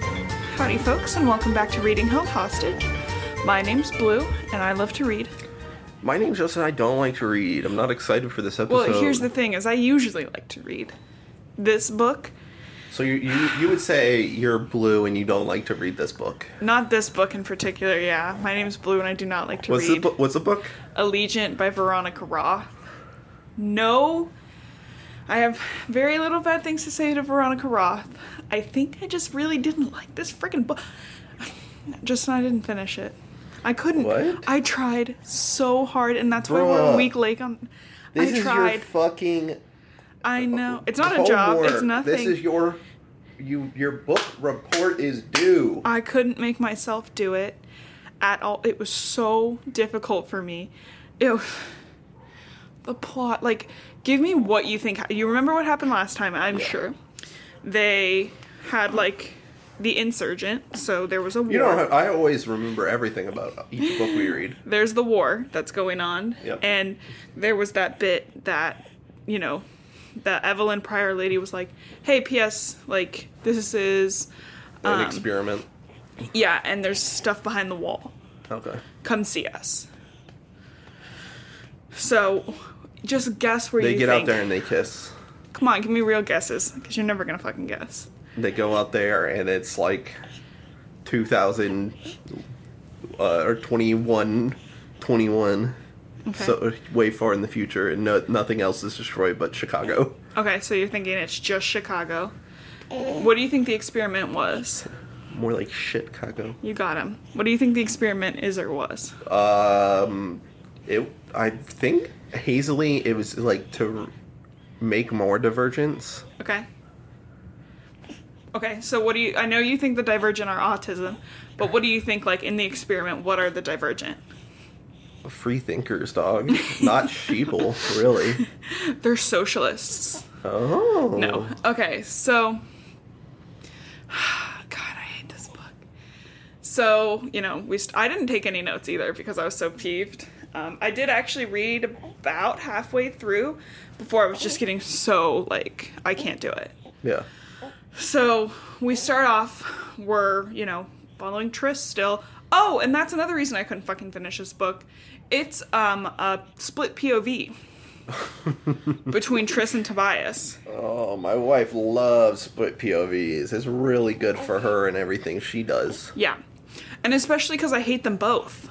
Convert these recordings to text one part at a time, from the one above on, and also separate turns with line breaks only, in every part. Howdy, folks, and welcome back to Reading Held Hostage. My name's Blue, and I love to read.
My name's Justin. I don't like to read. I'm not excited for this
Well,
episode.
here's the thing: is I usually like to read. This book,
So you, you you would say you're blue and you don't like to read this book.
not this book in particular. Yeah, my name's Blue, and I do not like to
What's the
read.
bu- what's the book?
Allegiant by Veronica Roth. No, I have very little bad things to say to Veronica Roth. I think I just really didn't like this freaking book. Just I didn't finish it. I couldn't.
What?
I tried so hard, and that's why we're a
Bruh.
week late on.
This
I
is
tried.
your fucking.
I know it's not a
homework.
job. It's nothing.
This is your you your book report is due.
I couldn't make myself do it at all. It was so difficult for me. Ew. The plot, like, give me what you think. You remember what happened last time, I'm
Yeah.
sure. They had, like, the insurgent, so there was a war.
you know, how- I always remember everything about each book we read.
There's the war that's going on.
Yep.
And there was that bit that, you know, the Evelyn Pryor lady was like, hey, P.S., like, this is.
An
Um,
experiment.
Yeah, and there's stuff behind the wall.
Okay.
come see us. So, just guess where
They
you
get
think.
out there and they kiss.
Come on, give me real guesses, because you're never gonna fucking guess.
They go out there and it's like 2000 uh, or 21, 21.
Okay.
So way far in the future, and no, nothing else is destroyed but Chicago.
Okay, so you're thinking it's just Chicago. What do you think the experiment was?
More like shit, Chicago.
You got him. What do you think the experiment is or was?
Um, it. I think hazily it was like to make more divergence.
Okay. Okay, so what do you? I know you think the divergent are autism, but what do you think? Like in the experiment, what are the divergent?
Free thinkers, dog. Not sheeple, really.
They're socialists.
Oh
No. Okay, so. God, I hate this book. So, you know, we st- I didn't take any notes either because I was so peeved. Um, I did actually read about halfway through before I was just getting so, like, I can't do it.
Yeah.
So we start off, we're, you know, following Triss still. Oh, and that's another reason I couldn't fucking finish this book. It's um, a split POV between Triss and Tobias.
Oh, my wife loves split POVs. It's really good for her and everything she does.
Yeah. And especially because I hate them both.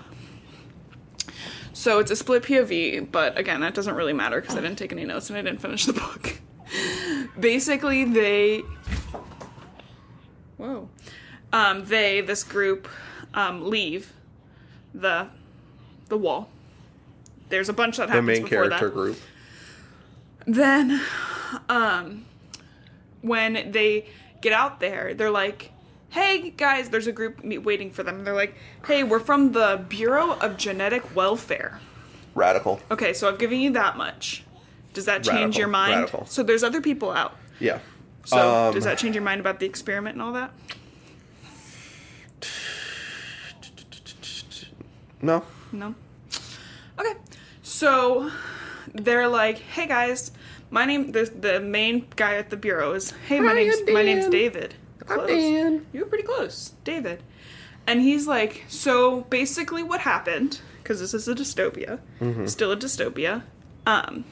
So it's a split POV, but again, that doesn't really matter because I didn't take any notes and I didn't finish the book. Basically, they. Whoa. Um, they, this group, um, leave the the wall. There's a bunch that
The
happens
main
before
character
that
group.
then um when they get out there they're like hey guys there's a group me- waiting for them they're like hey we're from the bureau of genetic welfare
Radical.
okay so i've given you that much does that change
Radical,
your mind
radical.
so there's other people out
Yeah. Um,
so does that change your mind about the experiment and all that
No.
No. Okay. So they're like, "Hey guys, my name the the main guy at the bureau is, "Hey, my
Hi,
name's
I'm
my name's
Dan.
David."
I'm Dan.
You were pretty close, David. And he's like, "So basically what happened because this is a dystopia, still a dystopia. Um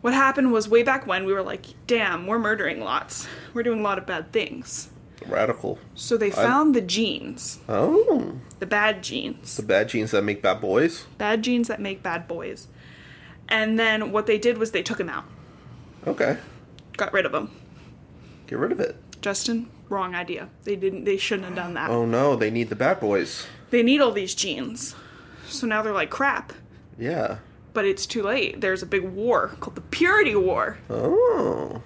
what happened was way back when we were like, "Damn, we're murdering lots. We're doing a lot of bad things."
Radical.
So they found the genes,
Oh.
the bad genes.
The bad genes that make bad boys?
bad genes that make bad boys. And then what they did was they took him out,
Okay.
got rid of him.
Get rid of it.
Justin, wrong idea. They didn't. They shouldn't have done that.
Oh no, they need the bad boys.
They need all these genes, so now they're like crap.
Yeah.
But it's too late. There's a big war called the Purity War.
Oh.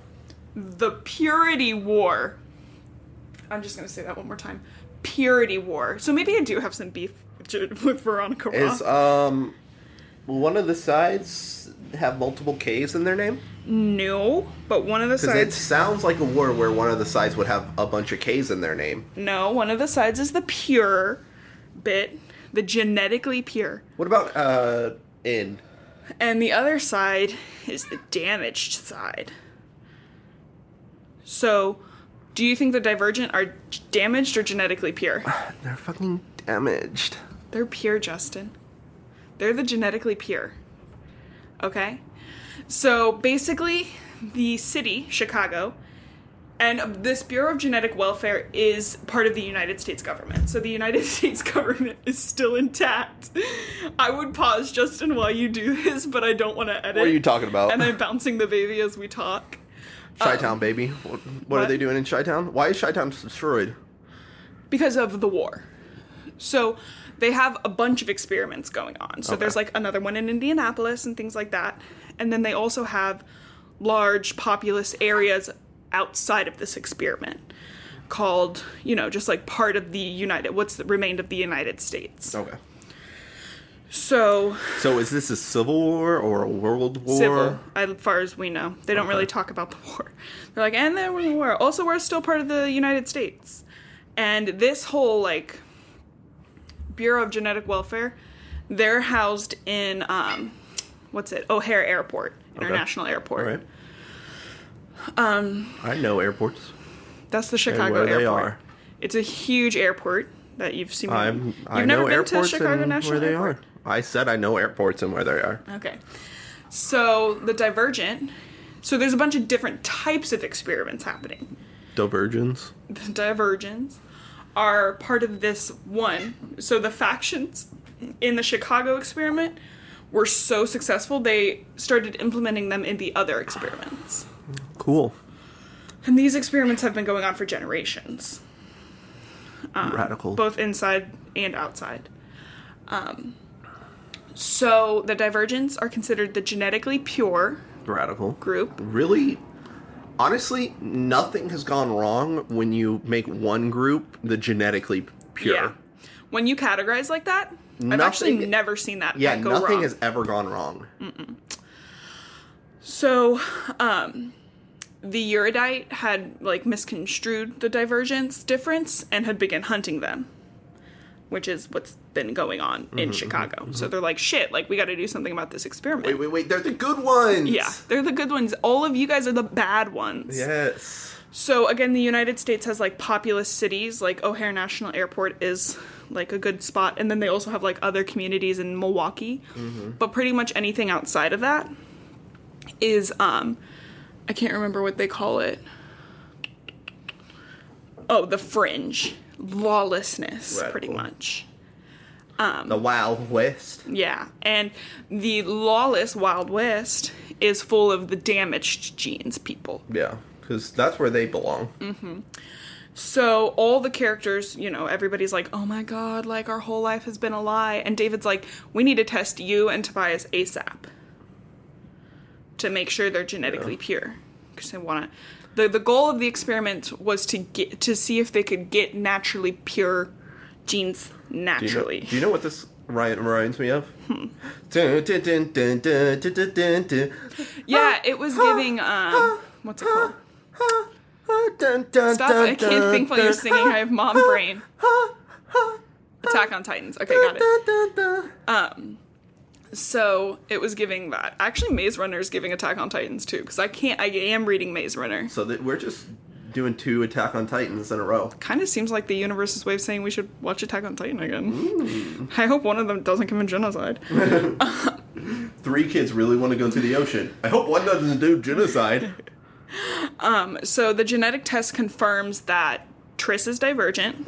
The Purity War. I'm just gonna say that one more time. Purity War. So maybe I do have some beef with with Veronica Roth.
Is um one of the sides have multiple K's in their name?
no, but one of the
Because it
sides.
sounds like a war where one of the sides would have a bunch of K's in their name.
No, one of the sides is the pure bit, the genetically pure.
What about uh in?
And the other side is the damaged side. So, Do you think the Divergent are g- damaged or genetically pure?
They're fucking damaged.
They're pure, Justin. They're the genetically pure. Okay? So basically, the city, Chicago, and um, this Bureau of Genetic Welfare is part of the United States government. So the United States government is still intact. I would pause, Justin, while you do this, but I don't want to edit.
What are you talking about?
And I'm bouncing the baby as we talk.
Chi Town, baby. What, what, are
Uh, What?
they doing in Chi Town? Why is Chi Town destroyed?
because of the war. So they have a bunch of experiments going on. So
Okay.
there's like another one in Indianapolis and things like that. And then they also have large populous areas outside of this experiment called, you know, just like part of the United what's the remained of the United States.
Okay.
So
So is this a civil war or a world war?
civil, as far as we know. They don't
Okay.
really talk about the war. They're like, and there was a war. Also, we're still part of the United States. And this whole, like, Bureau of Genetic Welfare, they're housed in, um, what's it? O'Hare Airport, International
All
Airport.
right. Um. I know airports.
That's the Chicago
where they
airport.
are.
It's a huge airport that you've seen.
I'm.
you've
I
never
know
been to
airports
Chicago
and
National
where they
Airport?
are. I said I know airports and where they are.
Okay. So the Divergent. So there's a bunch of different types of experiments happening.
Divergence.
the Divergents are part of this one. So the factions in the Chicago experiment were so successful they started implementing them in the other experiments.
Cool.
And these experiments have been going on for generations, Uh,
Radical.
both inside and outside. Um, so the Divergents are considered the genetically pure
Radical.
group.
really honestly nothing has gone wrong when you make one group the genetically pure
Yeah. When you categorize like that, I've actually
Nothing-
never seen that.
Yeah,
that go
nothing
wrong.
has ever gone wrong
So, um, the Eurydite had like misconstrued the divergence difference and had begun hunting them, which is what's been going on
Mm-hmm,
in Chicago. So they're like, shit, like we got to do something about this experiment.
wait wait wait they're the good ones
Yeah, they're the good ones. All of you guys are the bad ones.
yes
So again, the United States has like populous cities, like O'Hare National Airport is like a good spot, and then they also have like other communities in Milwaukee. But pretty much anything outside of that is um I can't remember what they call it. Oh, the fringe. Lawlessness,
Right,
pretty
cool.
much. Um,
the wild west
Yeah. And the lawless Wild West is full of the damaged genes people.
yeah because that's where they belong
So all the characters, you know, everybody's like, "Oh my god, like our whole life has been a lie." And David's like, "We need to test you and Tobias ASAP to make sure they're genetically pure." Because they want to. the The goal of the experiment was to get to see if they could get naturally pure genes
do, you know,
naturally.
do you know what this Ryan reminds me of
Hmm.
Dun, dun, dun, dun, dun, dun, dun, dun, dun.
yeah, it was giving um, what's it called?
Ah, ah, dun, dun,
Stop!
dun,
I can't
dun,
think while you're
dun.
singing. I have mom brain.
Ah, ah,
Attack on Titans. Okay,
dun,
got it. Uh,
dun, dun, dun.
So it was giving that. Actually, Maze Runner is giving Attack on Titans too, because I can't. I am reading Maze Runner.
So that we're just doing two Attack on Titans in a row.
Kind of seems like the universe's way of saying we should watch Attack on Titan again. I hope one of them doesn't commit genocide.
Three kids really want to go to the ocean. I hope one doesn't do genocide.
so the genetic test confirms that Triss is divergent,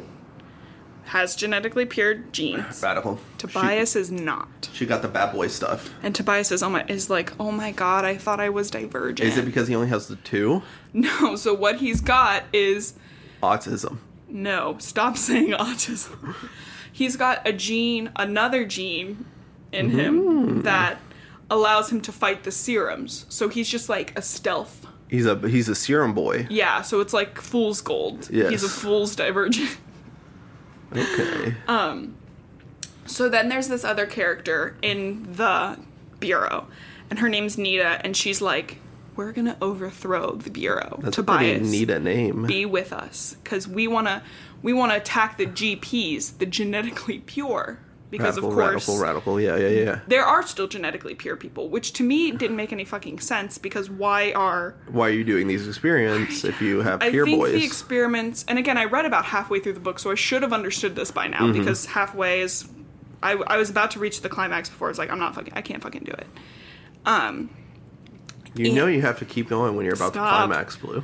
has genetically pure genes.
Radical.
Tobias is not,
She, she got the bad boy stuff.
and Tobias is oh my is like oh my god, I thought I was divergent.
Is it because he only has the two?
no, so what he's got is
Autism.
No, stop saying autism. He's got a gene, another gene in
Hmm.
him that allows him to fight the serums. So he's just like a stealth.
He's a he's a serum boy.
Yeah, so it's like fool's gold. He's a
Yes.
fool's divergent.
Okay.
Uh, So then there's this other character in the bureau, and her name's Nita, and she's like, "We're gonna overthrow the bureau."
That's a
Tobias,
pretty neat a name.
be with us because we wanna we wanna attack the GPS, the genetically pure because
radical,
of course
radical, radical. Yeah, yeah, yeah.
there are still genetically pure people, which to me didn't make any fucking sense because why are
Why are you doing these experiments if you have
I
peer
think
boys?
the experiments, and again, I read about halfway through the book, so I should have understood this by now
Mm-hmm.
because halfway is, I, I was about to reach the climax before I was like, I'm not fucking, I can't fucking do it.
you know you have to keep going when you're about
Stop.
to climax, Blue.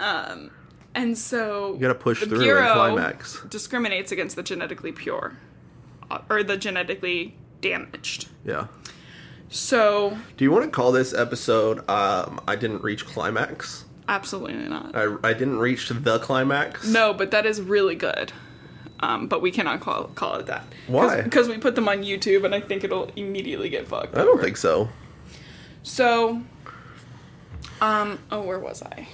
And so you
gotta push through and climax.
Discriminates against the genetically pure, uh, or the genetically damaged.
Yeah.
So
Do you want to call this episode um, I Didn't Reach Climax?
absolutely not.
I, I didn't reach the climax?
No, but that is really good. Um, but we cannot call call it that.
Why?
Because we put them on YouTube, and I think it'll immediately get fucked.
I don't think so.
So, um, oh, where was I?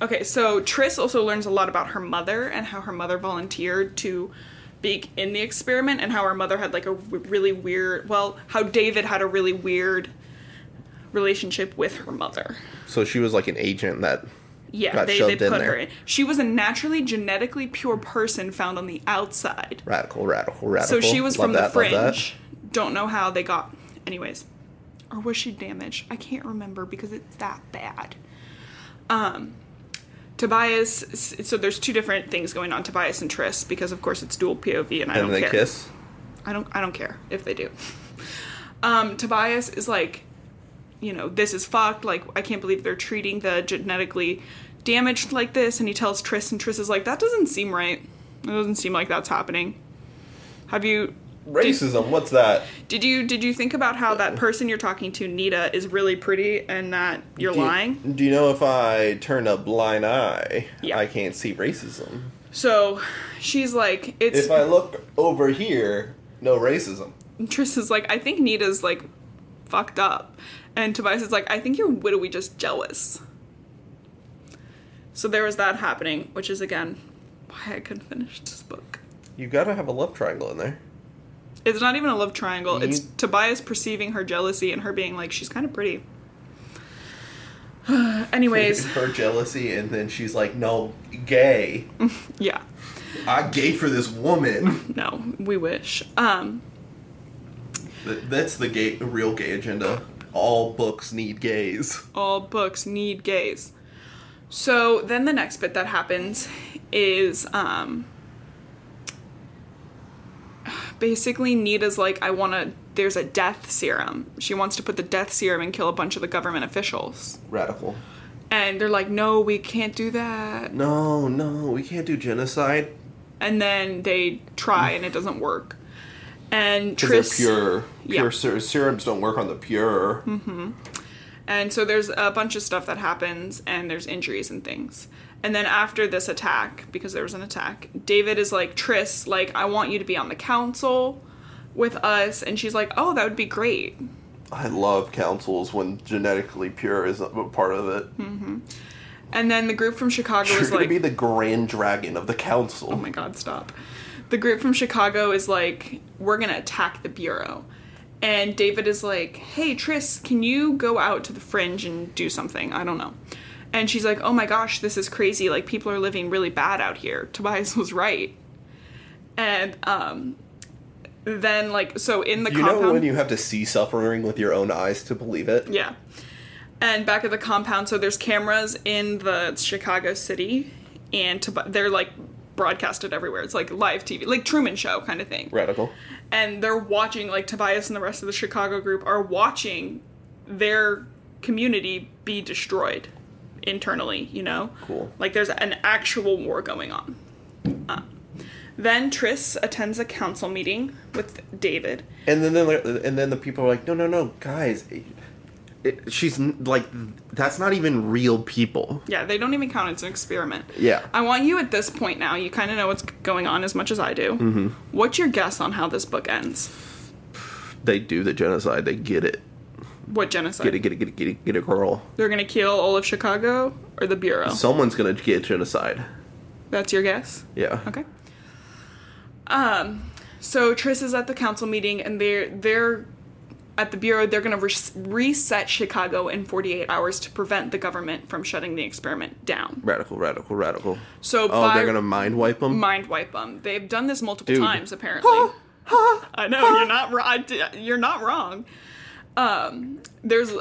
Okay, so Triss also learns a lot about her mother and how her mother volunteered to be in the experiment, and how her mother had like a w- really weird, well, how David had a really weird relationship with her mother.
So she was like an agent that.
Yeah,
Got
they, they
shoved
put
in
her
there.
in. She was a naturally genetically pure person found on the outside.
Radical, radical, radical.
So she was
Love
from the
that, love that.
fringe. Don't know how they got. Anyways, or was she damaged? I can't remember because it's that bad. Um, Tobias. s- So there's two different things going on. Tobias and Triss, because of course it's dual POV, and I
And
don't
they
care.
kiss.
I don't. I don't care if they do. Um, Tobias is like, you know, this is fucked. Like I can't believe they're treating the genetically damaged like this. And he tells Triss, and Triss is like, that doesn't seem right. It doesn't seem like that's happening. Have you
Racism, what's that?
Did you did you think about how that person you're talking to, Nita, is really pretty and that you're
Do you-
lying?
Do you know if I turn a blind eye,
Yeah.
I can't see racism?
So she's like, it's
If I look over here, no racism.
Triss is like, I think Nita's like fucked up. And Tobias is like, I think you're widowy just jealous. So there was that happening, which is again why I couldn't finish this book.
You gotta have a love triangle in there.
It's not even a love triangle. It's
Mhm.
Tobias perceiving her jealousy and her being like, she's kind of pretty. Anyways,
Her jealousy, and then she's like, no, gay.
yeah.
I gay for this woman.
No, we wish. Um,
Th- That's the gay, the real gay agenda. All books need gays.
all books need gays. So then the next bit that happens is um, basically Nita's like, I want to, there's a death serum. She wants to put the death serum and kill a bunch of the government officials.
Radical.
And they're like, no, we can't do that.
No, no, we can't do genocide.
And then they try and it doesn't work. And
Because
Triss.
they're pure.
yeah. Hmm.
Pure ser- serums don't work on the pure.
And so there's a bunch of stuff that happens and there's injuries and things. And then after this attack, because there was an attack, David is like, Triss, like, I want you to be on the council with us. And she's like, oh, that would be great.
I love councils when genetically pure is a part of it.
And then the group from Chicago
You're
is
gonna
like,
be the grand dragon of the council.
oh my God, stop. The group from Chicago is like, we're going to attack the Bureau. And David is like, hey, Triss, can you go out to the fringe and do something? I don't know. And she's like, oh my gosh, this is crazy. Like, people are living really bad out here. Tobias was right. And um, then, like, so in the
you
compound.
know when you have to see suffering with your own eyes to believe it?
Yeah. And back at the compound, so there's cameras in the Chicago city, and Tob- they're like broadcasted everywhere. It's like live TV, like Truman Show kind of thing.
Radical.
And they're watching, like Tobias and the rest of the Chicago group are watching their community be destroyed internally, you know?
Cool.
Like there's an actual war going on. Uh, then Triss attends a council meeting with David.
And then, then and then the people are like, no, no, no, guys. It, it, she's n- like, that's not even real people.
Yeah, they don't even count. It's an experiment.
Yeah.
I want you at this point now. You kind of know what's going on as much as I do. Mm-hmm. What's your guess on how this book ends?
They do the genocide. They get it.
What genocide?
Get it. Get it. Get it. Get it. Get it, girl.
They're gonna kill all of Chicago or the Bureau.
Someone's gonna get genocide.
That's your guess.
Yeah.
Okay. Um, so Triss is at the council meeting, and they're they're at the Bureau, they're going to re- reset Chicago in 48 hours to prevent the government from shutting the experiment down.
Radical, radical, radical.
So
oh,
by
they're gonna mind wipe them.
mind wipe them. They've done this multiple
Dude.
times, apparently. I know you're not right. You're not wrong. Um, there's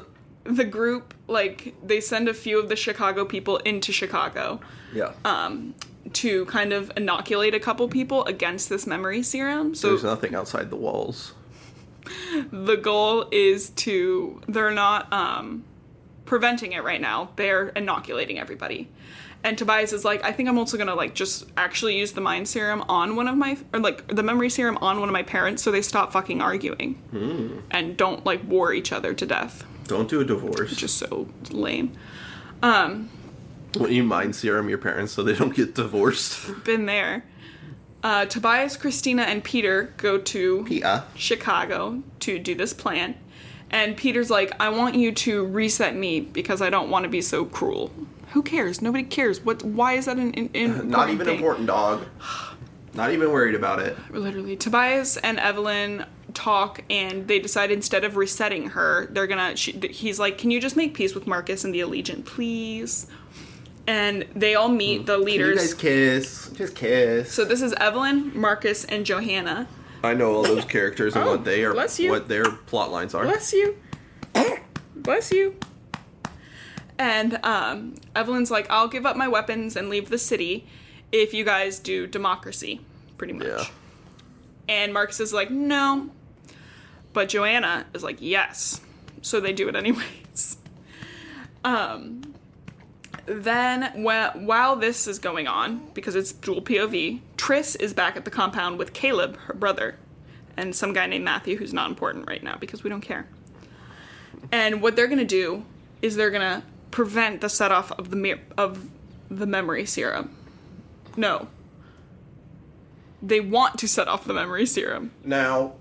the group like they send a few of the Chicago people into Chicago
yeah.
um, to kind of inoculate a couple people against this memory serum. So
There's nothing outside the walls.
the goal is to they're not um, preventing it right now they're inoculating everybody and tobias is like i think i'm also gonna like just actually use the mind serum on one of my or like the memory serum on one of my parents so they stop fucking arguing and don't like war each other to death
Don't do a divorce.
just so lame
when you mind serum your parents so they don't get divorced.
been there uh, tobias christina and peter go to
yeah.
Chicago to do this plan. And Peter's like, I want you to reset me because I don't want to be so cruel. Who cares? Nobody cares. What? Why is that an, an, an
Not even
thing?
important, dog. Not even worried about it.
Literally, Tobias and Evelyn talk, and they decide instead of resetting her, they're gonna. She, he's like, "Can you just make peace with Marcus and the Allegiant, please?" And they all meet the
Mm. Can you
leaders.
guys kiss? Just kiss.
so this is Evelyn, Marcus, and Johanna.
I know all those characters and
Oh,
what they are,
bless you.
what their plot lines are.
Bless you. Bless you. And um, Evelyn's like, I'll give up my weapons and leave the city if you guys do democracy, pretty much.
Yeah.
And Marcus is like, no. But Joanna is like, yes. So they do it anyways. Um, then, wh- while this is going on, because it's dual POV, Triss is back at the compound with Caleb, her brother, and some guy named Matthew, who's not important right now because we don't care. And what they're gonna do is they're gonna prevent the set off of the mir- of the memory serum. No. They want to set off the memory serum.
Now,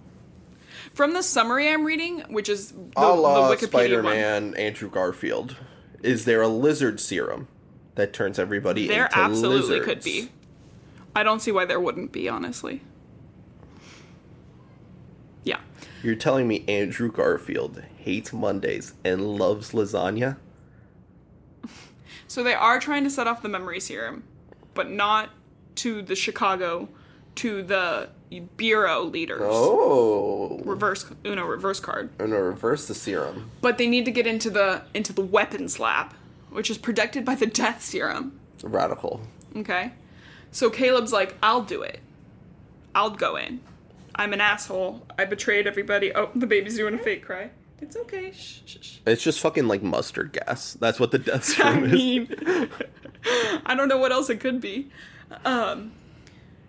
From the summary I'm reading, which is the,
a la
the Wikipedia one,
Spider-Man Andrew Garfield, is there a lizard serum that turns everybody
there
into
absolutely could
lizards?
be. I don't see why there wouldn't be, honestly. Yeah.
You're telling me Andrew Garfield hates Mondays and loves lasagna?
So they are trying to set off the memory serum, but not to the Chicago, to the bureau leaders.
Oh,
Reverse Uno reverse card.
and reverse the serum.
But they need to get into the into the weapons lab, which is protected by the death serum.
Radical.
Okay. So Caleb's like, I'll do it. I'll go in. I'm an asshole. I betrayed everybody. Oh, the baby's doing a fake cry. It's okay. Shh, shh, shh.
It's just fucking like mustard gas. That's what the death
I
serum is.
mean, I don't know what else it could be. Um,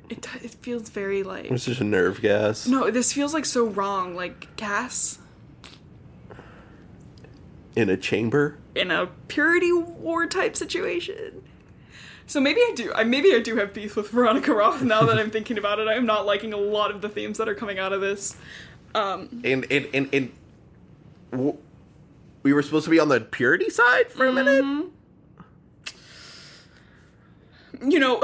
it do- it feels very like
It's just a nerve gas.
no, this feels like so wrong. Like gas
In a chamber?
in a purity war type situation. So maybe I do. I maybe I do have beef with Veronica Roth. Now that I'm thinking about it, I'm not liking a lot of the themes that are coming out of this. Um,
And, and, and, and w- we were supposed to be on the purity side for a minute?
Mm-hmm. you know,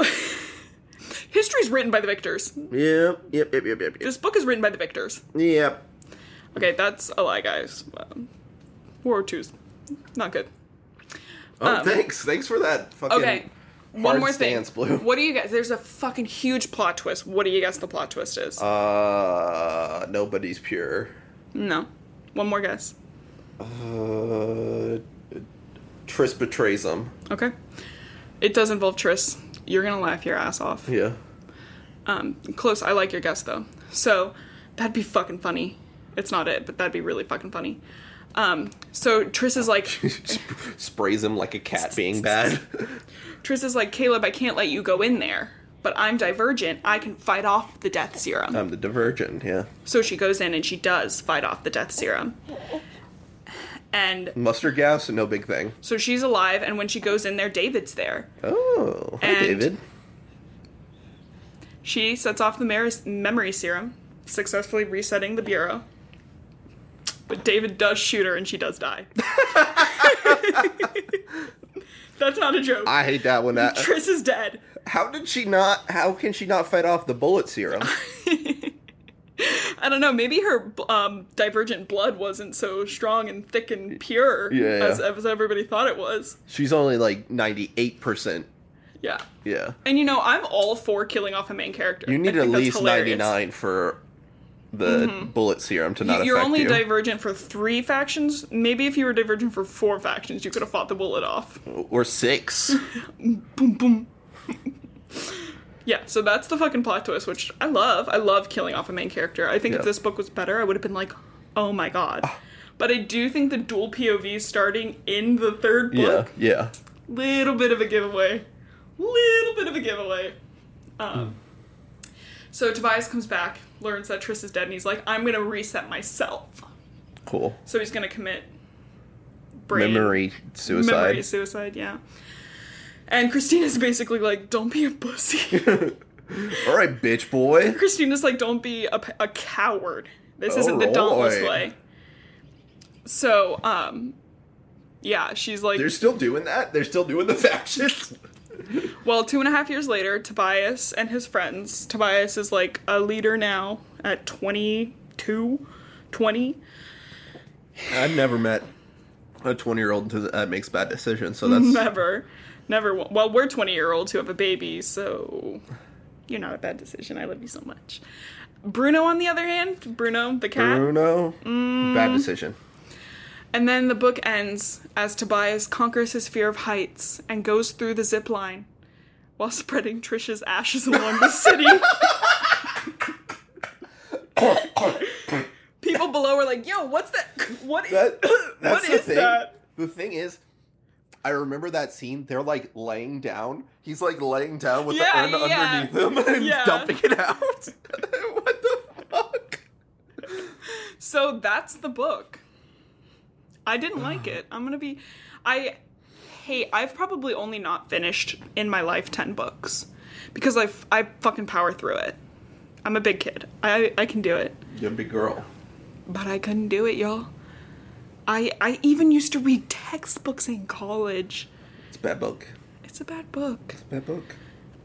history's written by the victors.
Yep, yep, yep, yep, yep, yep.
This book is written by the victors.
yep.
Okay, that's a lie, guys. Um, War Two's not good.
Oh,
Um,
thanks. Thanks for that fucking.
Okay. One
Hard
more thing.
stance, Blue.
What do you guys? There's a fucking huge plot twist. What do you guess the plot twist is?
Uh, nobody's pure.
no. One more guess.
Uh, Tris betrays him.
Okay. It does involve Tris. You're gonna laugh your ass off.
Yeah.
Um, close. I like your guess though. So that'd be fucking funny. It's not it, but that'd be really fucking funny. Um, so Tris is like,
Sp- sprays him like a cat being bad.
Tris is like, Caleb, I can't let you go in there, but I'm divergent. I can fight off the death serum.
I'm the divergent, yeah.
So she goes in and she does fight off the death serum. And
Mustard gas, no big thing.
so she's alive, and when she goes in there, David's there.
Oh, hi,
And-
David.
She sets off the mer- memory serum, successfully resetting the bureau. But David does shoot her, and she does die. That's not a joke.
I uh, hate that one. That,
Tris is dead.
how did she not? How can she not fight off the bullet serum?
and I don't know. Maybe her um, divergent blood wasn't so strong and thick and pure
Yeah,
as,
yeah.
as everybody thought it was.
She's only like 98%.
Yeah.
Yeah.
And you know, I'm all for killing off a main character.
You
I
need
think
at
that's
least
hilarious.
99 for the bullet serum to not
You- You're
affect
only
you.
divergent for three factions. Maybe if you were divergent for four factions, you could have fought the bullet off.
or 6.
Boom, boom. yeah, so that's the fucking plot twist, which I love. I love killing off a main character. I think
Yeah. Ah.
if this book was better, I would have been like, oh my god. But I do think the dual POV starting in the third
yeah.
book,
Yeah.
little bit of a giveaway. Little bit of a giveaway. Um, So Tobias comes back, learns that Triss is dead, and he's like, I'm going to reset myself.
Cool.
So he's going to commit brain
Memory suicide.
memory suicide. Yeah. And Christina's basically like, "Don't be a pussy."
All right, bitch boy.
Christina's like, "Don't be a, p- a coward. This isn't the
Alright.
dauntless way." So, um, yeah, she's like,
They're still doing that. They're still doing the factions.
Well, two and a half years later, Tobias and his friends, Tobias is like a leader now at 22, 20.
I've never met a 20 year old that makes bad decisions, so that's
Never, never. wa- Well, we're 20 year olds who have a baby, so you're not a bad decision. I love you so much. Bruno, on the other hand, Bruno, the cat.
Bruno.
Mm-hmm.
Bad decision.
And then the book ends as Tobias conquers his fear of heights and goes through the zip line while spreading Trisha's ashes along the city. People below are like, yo, what's that? What is,
That,
what
that's the
is
thing.
that?
The thing is, I remember that scene. They're like laying down. He's like laying down with
Yeah,
the urn
yeah.
underneath him and
Yeah.
dumping it out. what the fuck?
So that's the book. I didn't like it. I'm gonna be. I hate. I've probably only not finished in my life ten books because I f- I fucking power through it. I'm a big kid. I I can do it,
You're a big girl.
but I couldn't do it, y'all. I I even used to read textbooks in college.
It's a bad book.
It's a bad book.
Bad book.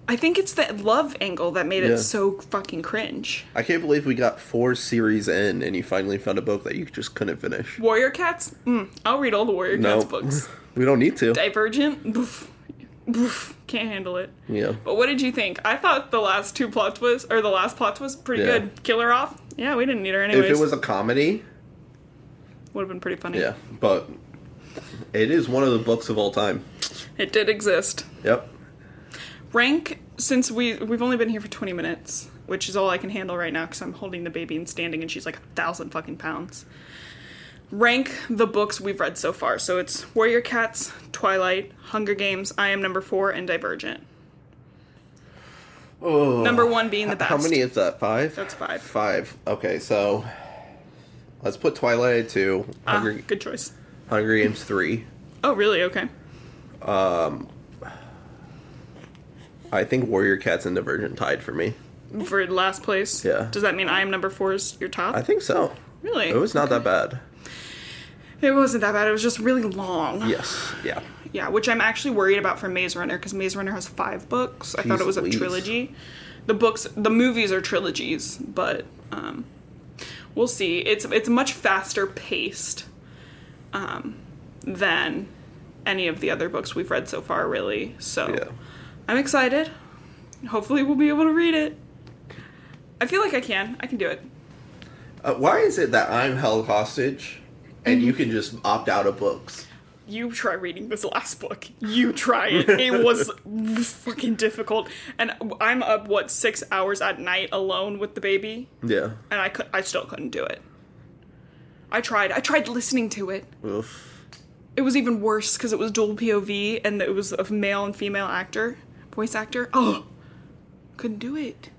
I think it's that love angle that made
Yeah.
it so fucking cringe.
I can't believe we got four series in and you finally found a book that you just couldn't finish.
Warrior Cats. Mm, I'll read all the Warrior Cats books.
we don't need to.
Divergent. Boof, boof, can't handle it.
Yeah.
But what did you think? I thought the last two plot twists, or the last plot was pretty
Yeah.
good. Kill her off. Yeah, we didn't need her anyways.
If it was a comedy,
would have been pretty funny.
yeah, but it is one of the books of all time.
It did exist.
Yep.
Rank since we we've only been here for 20 minutes, which is all I can handle right now because I'm holding the baby and standing, and she's like a thousand fucking pounds. Rank the books we've read so far. So it's Warrior Cats, Twilight, Hunger Games, I Am Number Four, and Divergent.
Oh.
Number one being the best.
How many is that? Five?
That's five.
Five. Okay, so let's put Twilight at two,
Ah,
Hunger,
good choice.
Hunger Games three.
Oh, really? Okay.
I think Warrior Cats and Divergent tied for me.
For last place.
Yeah.
Does that mean I am number four is your top?
I think so.
really?
It was not that bad.
It wasn't that bad. It was just really long.
Yes. Yeah.
Yeah, which I'm actually worried about for Maze Runner because Maze Runner has five books. I thought it
Jeez
was a
Louise.
trilogy. The books, the movies are trilogies, but um, we'll see. It's it's much faster paced um, than any of the other books we've read so far, really. So
Yeah.
I'm excited. Hopefully, we'll be able to read it. I feel like I can. I can do it.
Uh, why is it that I'm held hostage and
Mm-hmm.
you can just opt out of books?
you try reading this last book. You try it. It was fucking difficult. And I'm up what six hours at night alone with the baby,
Yeah.
and I could I still couldn't do it. I tried. I tried listening to it.
Oof.
It was even worse because it was dual POV and it was a male and female actor, voice actor. Oh, couldn't do it.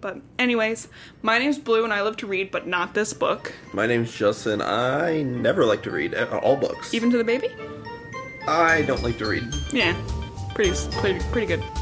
But anyways, my name's Blue and I love to read, but not this book.
My name's Justin. I never like to read uh, all books.
Even to the baby?
I don't like to read.
Yeah, pretty pretty, pretty good.